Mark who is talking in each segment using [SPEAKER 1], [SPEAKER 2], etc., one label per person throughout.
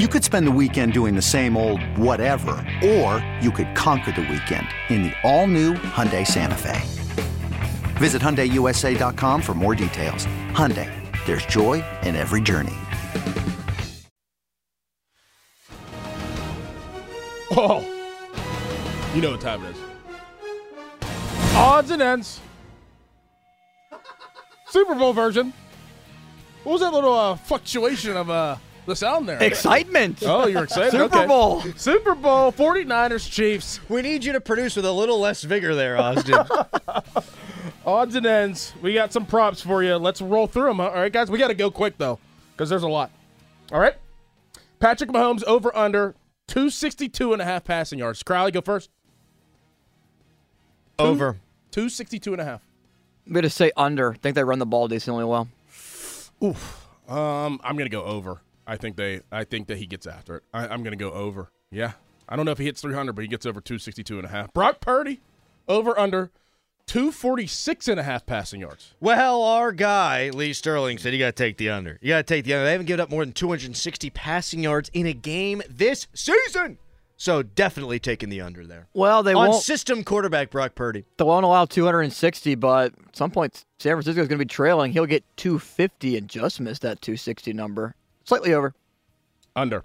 [SPEAKER 1] You could spend the weekend doing the same old whatever, or you could conquer the weekend in the all-new Hyundai Santa Fe. Visit HyundaiUSA.com for more details. Hyundai, there's joy in every journey.
[SPEAKER 2] Oh, you know what time it is. Odds and ends. Super Bowl version. What was that little uh, fluctuation of uh, the sound there?
[SPEAKER 3] Excitement.
[SPEAKER 2] Oh, you're excited.
[SPEAKER 3] Super
[SPEAKER 2] Okay.
[SPEAKER 3] Bowl.
[SPEAKER 2] Super Bowl 49ers Chiefs.
[SPEAKER 3] We need you to produce with a little less vigor there, Austin.
[SPEAKER 2] Odds and ends. We got some props for you. Let's roll through them. All right, guys. We got to go quick, though, because there's a lot. All right. Patrick Mahomes over under 262 and a half passing yards. Crowley, go first.
[SPEAKER 3] Over.
[SPEAKER 2] 262 and a half.
[SPEAKER 4] I'm going to say under. think they run the ball decently well.
[SPEAKER 2] Um, I'm gonna go over. I think they. I think that he gets after it. I, I'm gonna go over. Yeah. I don't know if he hits 300, but he gets over 262 and a half. Brock Purdy, over under 246 and a half passing yards.
[SPEAKER 3] Well, our guy, Lee Sterling, said you got to take the under. You got to take the under. They haven't given up more than 260 passing yards in a game this season. So definitely taking the under there.
[SPEAKER 4] Well, they
[SPEAKER 3] On
[SPEAKER 4] won't.
[SPEAKER 3] system quarterback Brock Purdy.
[SPEAKER 4] they won't allow 260, but at some point San Francisco's going to be trailing. He'll get 250 and just miss that 260 number. Slightly over.
[SPEAKER 2] Under.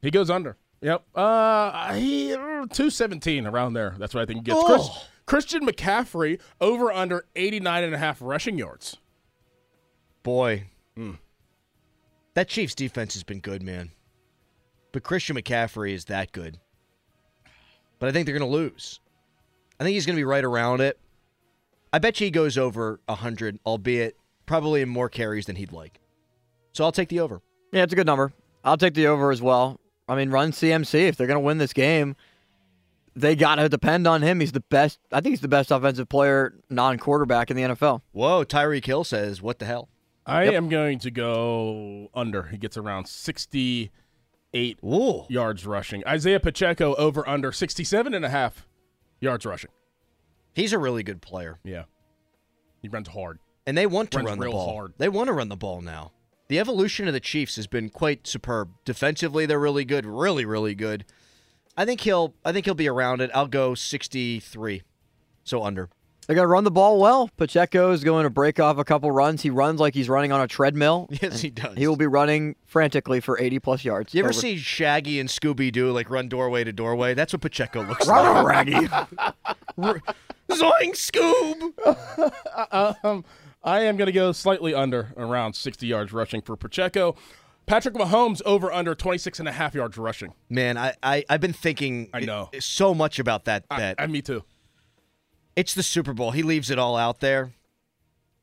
[SPEAKER 2] He goes under. Yep. Uh, he uh, 217 around there. That's what I think he gets. Chris,
[SPEAKER 3] Oh.
[SPEAKER 2] Christian McCaffrey over under 89 and a half rushing yards.
[SPEAKER 3] Boy, that Chiefs defense has been good, man. But Christian McCaffrey is that good. But I think they're going to lose. I think he's going to be right around it. I bet you he goes over 100, albeit probably in more carries than he'd like. So I'll take the over.
[SPEAKER 4] Yeah, it's a good number. I'll take the over as well. I mean, run CMC. If they're going to win this game, they got to depend on him. He's the best. I think he's the best offensive player, non quarterback in the NFL.
[SPEAKER 3] Whoa, Tyreek Hill says, what the hell?
[SPEAKER 2] I am going to go under. He gets around 68
[SPEAKER 3] Ooh.
[SPEAKER 2] yards rushing. Isaiah Pacheco over under 67 and a half yards rushing.
[SPEAKER 3] He's a really good player.
[SPEAKER 2] Yeah. He runs hard.
[SPEAKER 3] And they want to
[SPEAKER 2] Runs
[SPEAKER 3] run the
[SPEAKER 2] real
[SPEAKER 3] ball.
[SPEAKER 2] hard.
[SPEAKER 3] They want to run the ball now. The evolution of the Chiefs has been quite superb. Defensively, they're really good, really, really good. I think he'll I think he'll be around it. I'll go 63. So under.
[SPEAKER 4] They're going to run the ball well. Pacheco is going to break off a couple runs. He runs like he's running on a treadmill.
[SPEAKER 3] Yes, he does.
[SPEAKER 4] He will be running frantically for 80 plus yards.
[SPEAKER 3] You ever
[SPEAKER 4] Over.
[SPEAKER 3] see Shaggy and Scooby Doo like run doorway to doorway? That's what Pacheco looks like.
[SPEAKER 4] Raggy.
[SPEAKER 3] Zoink Scoob.
[SPEAKER 2] Um, I am going to go slightly under around 60 yards rushing for Pacheco. Patrick Mahomes over under 26 and a half yards rushing.
[SPEAKER 3] Man, I, I I've been thinking
[SPEAKER 2] I know.
[SPEAKER 3] so much about that
[SPEAKER 2] I,
[SPEAKER 3] bet.
[SPEAKER 2] I, me too.
[SPEAKER 3] It's the Super Bowl. He leaves it all out there.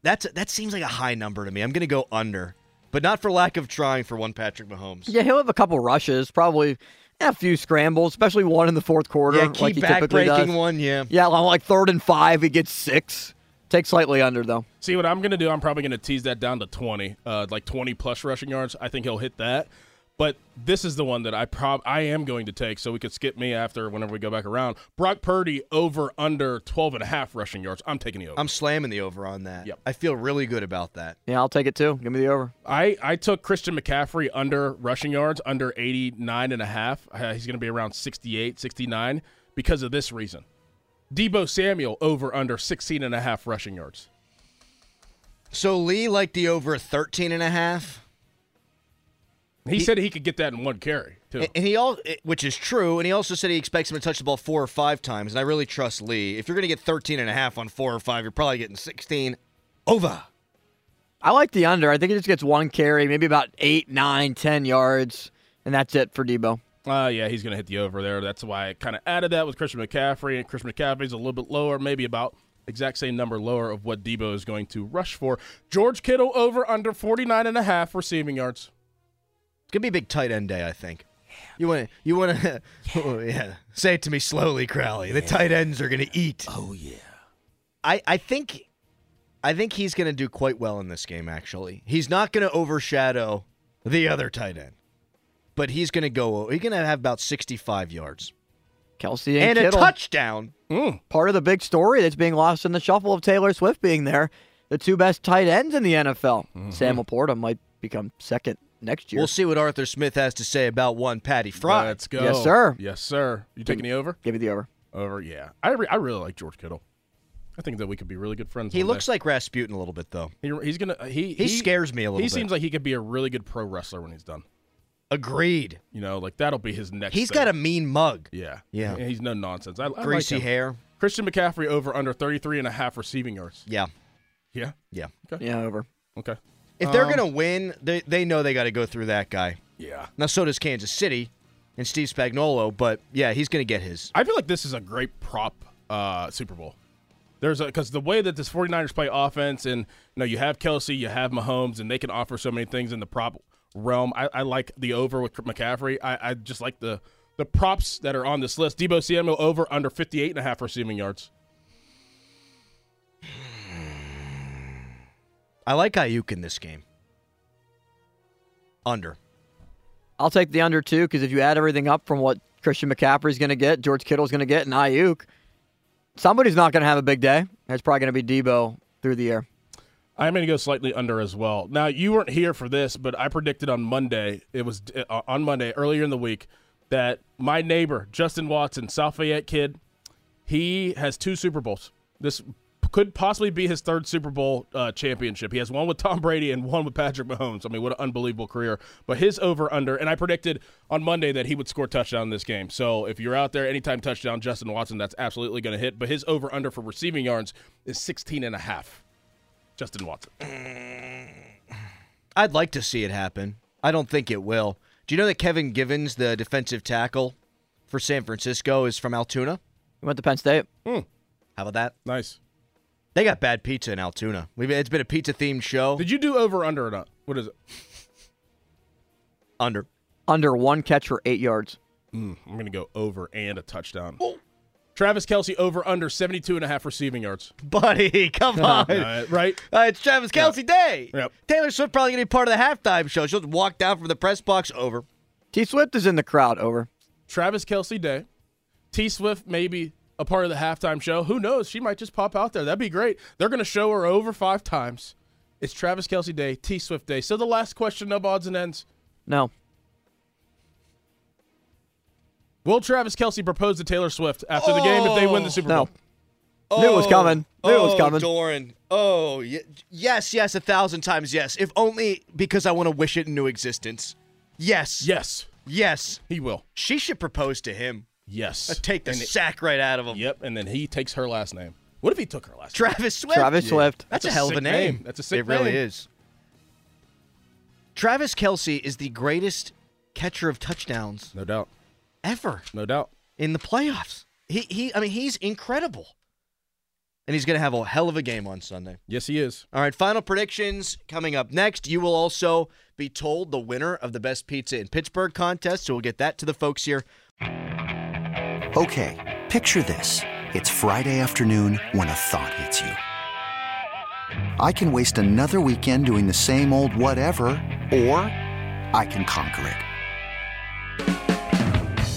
[SPEAKER 3] That's that seems like a high number to me. I'm going to go under, but not for lack of trying for one Patrick Mahomes.
[SPEAKER 4] Yeah, he'll have a couple rushes, probably a few scrambles, especially one in the fourth quarter,
[SPEAKER 3] yeah key
[SPEAKER 4] like he
[SPEAKER 3] back
[SPEAKER 4] typically does.
[SPEAKER 3] breaking one. Yeah,
[SPEAKER 4] Yeah, on like third and five, he gets six. Take slightly under though.
[SPEAKER 2] See what I'm going to do? I'm probably going to tease that down to 20, uh, like 20 plus rushing yards. I think he'll hit that. But this is the one that I prob I am going to take, so we could skip me after whenever we go back around. Brock Purdy over under 12 and a half rushing yards. I'm taking the over.
[SPEAKER 3] I'm slamming the over on that.
[SPEAKER 2] Yep.
[SPEAKER 3] I feel really good about that.
[SPEAKER 4] Yeah, I'll take it too. Give me the over.
[SPEAKER 2] I, I took Christian McCaffrey under rushing yards, under 89 and a half. Uh, he's going to be around 68, 69 because of this reason. Debo Samuel over under 16 and a half rushing yards.
[SPEAKER 3] So Lee liked the over 13 and a half.
[SPEAKER 2] He, said he could get that in one carry, too.
[SPEAKER 3] A- And he all, which is true, and he also said he expects him to touch the ball four or five times. And I really trust Lee. If you're going to get 13 and a half on four or five, you're probably getting 16 over.
[SPEAKER 4] I like the under. I think he just gets one carry, maybe about eight, nine, ten yards, and that's it for Debo.
[SPEAKER 2] Uh, yeah, he's going to hit the over there. That's why I kind of added that with Christian McCaffrey. And Christian McCaffrey's a little bit lower, maybe about exact same number lower of what Debo is going to rush for. George Kittle over under 49 and a half receiving yards.
[SPEAKER 3] It's gonna be a big tight end day, I think. You want to, you want to, yeah. Say it to me slowly, Crowley. The tight ends are gonna eat. Oh yeah. I I think, I think he's gonna do quite well in this game. Actually, he's not gonna overshadow the other tight end, but he's gonna go. He's gonna have about sixty-five yards
[SPEAKER 4] Kelsey and,
[SPEAKER 3] and, a
[SPEAKER 4] Kittle.
[SPEAKER 3] touchdown.
[SPEAKER 4] Part of the big story that's being lost in the shuffle of Taylor Swift being there. The two best tight ends in the NFL. Sam Laporta might become second next year.
[SPEAKER 3] We'll see what Arthur Smith has to say about one Patty Fry.
[SPEAKER 2] Let's go.
[SPEAKER 4] Yes, sir.
[SPEAKER 2] Yes, sir. You taking the over?
[SPEAKER 4] Give me the over.
[SPEAKER 2] Over. Yeah. I re- I really like George Kittle. I think that we could be really good friends.
[SPEAKER 3] he looks like Rasputin a little bit, though.
[SPEAKER 2] like he, he's gonna he
[SPEAKER 3] He scares me a little
[SPEAKER 2] He
[SPEAKER 3] bit.
[SPEAKER 2] seems like he could be a really good pro wrestler when he's done.
[SPEAKER 3] Agreed.
[SPEAKER 2] You know, like that'll be his next.
[SPEAKER 3] He's
[SPEAKER 2] thing.
[SPEAKER 3] got a mean mug,
[SPEAKER 2] yeah
[SPEAKER 3] Yeah.
[SPEAKER 2] He's no nonsense. I, I like
[SPEAKER 3] greasy
[SPEAKER 2] him.
[SPEAKER 3] hair.
[SPEAKER 2] Christian McCaffrey over under 33 and a half receiving yards.
[SPEAKER 3] Yeah,
[SPEAKER 2] Yeah.
[SPEAKER 3] yeah.
[SPEAKER 4] Yeah, over.
[SPEAKER 2] Okay.
[SPEAKER 3] If they're gonna win, they they know they got to go through that guy.
[SPEAKER 2] Yeah.
[SPEAKER 3] Now so does Kansas City and Steve Spagnuolo, but yeah, he's gonna get his.
[SPEAKER 2] I feel like this is a great prop uh, Super Bowl. There's a because the way that this 49ers play offense, and you know, you have Kelsey, you have Mahomes, and they can offer so many things in the prop realm. I, I like the over with McCaffrey. I, I just like the the props that are on this list. Debo Samuel over under 58 and a half receiving yards.
[SPEAKER 3] I like Ayuk in this game. Under.
[SPEAKER 4] I'll take the under two because if you add everything up from what Christian McCaffrey's going to get, George Kittle's going to get, and Ayuk, somebody's not going to have a big day. It's probably going to be Debo through the year.
[SPEAKER 2] I'm going to go slightly under as well. Now you weren't here for this, but I predicted on Monday. It was uh, on Monday earlier in the week that my neighbor Justin Watson, South Fayette kid, he has two Super Bowls. This could possibly be his third Super Bowl uh, championship. He has one with Tom Brady and one with Patrick Mahomes. I mean, what an unbelievable career! But his over under, and I predicted on Monday that he would score a touchdown in this game. So if you're out there, anytime touchdown, Justin Watson, that's absolutely going to hit. But his over under for receiving yards is 16 and a half. Justin Watson.
[SPEAKER 3] I'd like to see it happen. I don't think it will. Do you know that Kevin Givens, the defensive tackle for San Francisco, is from Altoona?
[SPEAKER 4] He went to Penn State.
[SPEAKER 3] How about that?
[SPEAKER 2] Nice.
[SPEAKER 3] They got bad pizza in Altoona. We've, it's been a pizza themed show.
[SPEAKER 2] Did you do over under or not? What is it?
[SPEAKER 3] Under.
[SPEAKER 4] Under one catch for eight yards.
[SPEAKER 2] I'm going to go over and a touchdown.
[SPEAKER 3] Oh.
[SPEAKER 2] Travis Kelsey over under 72 and a half receiving yards.
[SPEAKER 3] Buddy, come on.
[SPEAKER 2] Uh, right?
[SPEAKER 3] Uh, it's Travis Kelsey Day.
[SPEAKER 2] Yep.
[SPEAKER 3] Taylor Swift probably gonna be part of the halftime show. She'll just walk down from the press box over.
[SPEAKER 4] T Swift is in the crowd. Over.
[SPEAKER 2] Travis Kelsey day. T Swift maybe a part of the halftime show. Who knows? She might just pop out there. That'd be great. They're going to show her over five times. It's Travis Kelsey day, T Swift day. So the last question of odds and ends.
[SPEAKER 4] No.
[SPEAKER 2] Will Travis Kelsey propose to Taylor Swift after the game if they win the Super
[SPEAKER 4] No.
[SPEAKER 2] Bowl?
[SPEAKER 4] Knew it was coming. Knew it was
[SPEAKER 3] oh,
[SPEAKER 4] coming.
[SPEAKER 3] Doran. Oh, y- yes, yes, a thousand times yes. If only because I want to wish it into existence. Yes,
[SPEAKER 2] Yes,
[SPEAKER 3] yes.
[SPEAKER 2] he will.
[SPEAKER 3] She should propose to him.
[SPEAKER 2] Yes.
[SPEAKER 3] Let's take the
[SPEAKER 2] And it-
[SPEAKER 3] sack right out of him.
[SPEAKER 2] Yep, and then he takes her last name. What if he took her last name?
[SPEAKER 3] Travis Swift.
[SPEAKER 4] Travis Swift.
[SPEAKER 3] That's,
[SPEAKER 2] That's a
[SPEAKER 3] a hell of a
[SPEAKER 2] sick
[SPEAKER 3] name.
[SPEAKER 2] name. That's a sick
[SPEAKER 3] It really
[SPEAKER 2] name.
[SPEAKER 3] is. Travis Kelsey is the greatest catcher of touchdowns
[SPEAKER 2] No doubt.
[SPEAKER 3] ever.
[SPEAKER 2] No doubt.
[SPEAKER 3] in the playoffs. He he I mean he's incredible. And he's going to have a hell of a game on Sunday.
[SPEAKER 2] Yes, he is.
[SPEAKER 3] All right, final predictions coming up next. You will also be told the winner of the best pizza in Pittsburgh contest, so we'll get that to the folks here.
[SPEAKER 1] Okay, picture this. It's Friday afternoon when a thought hits you. I can waste another weekend doing the same old whatever, or I can conquer it.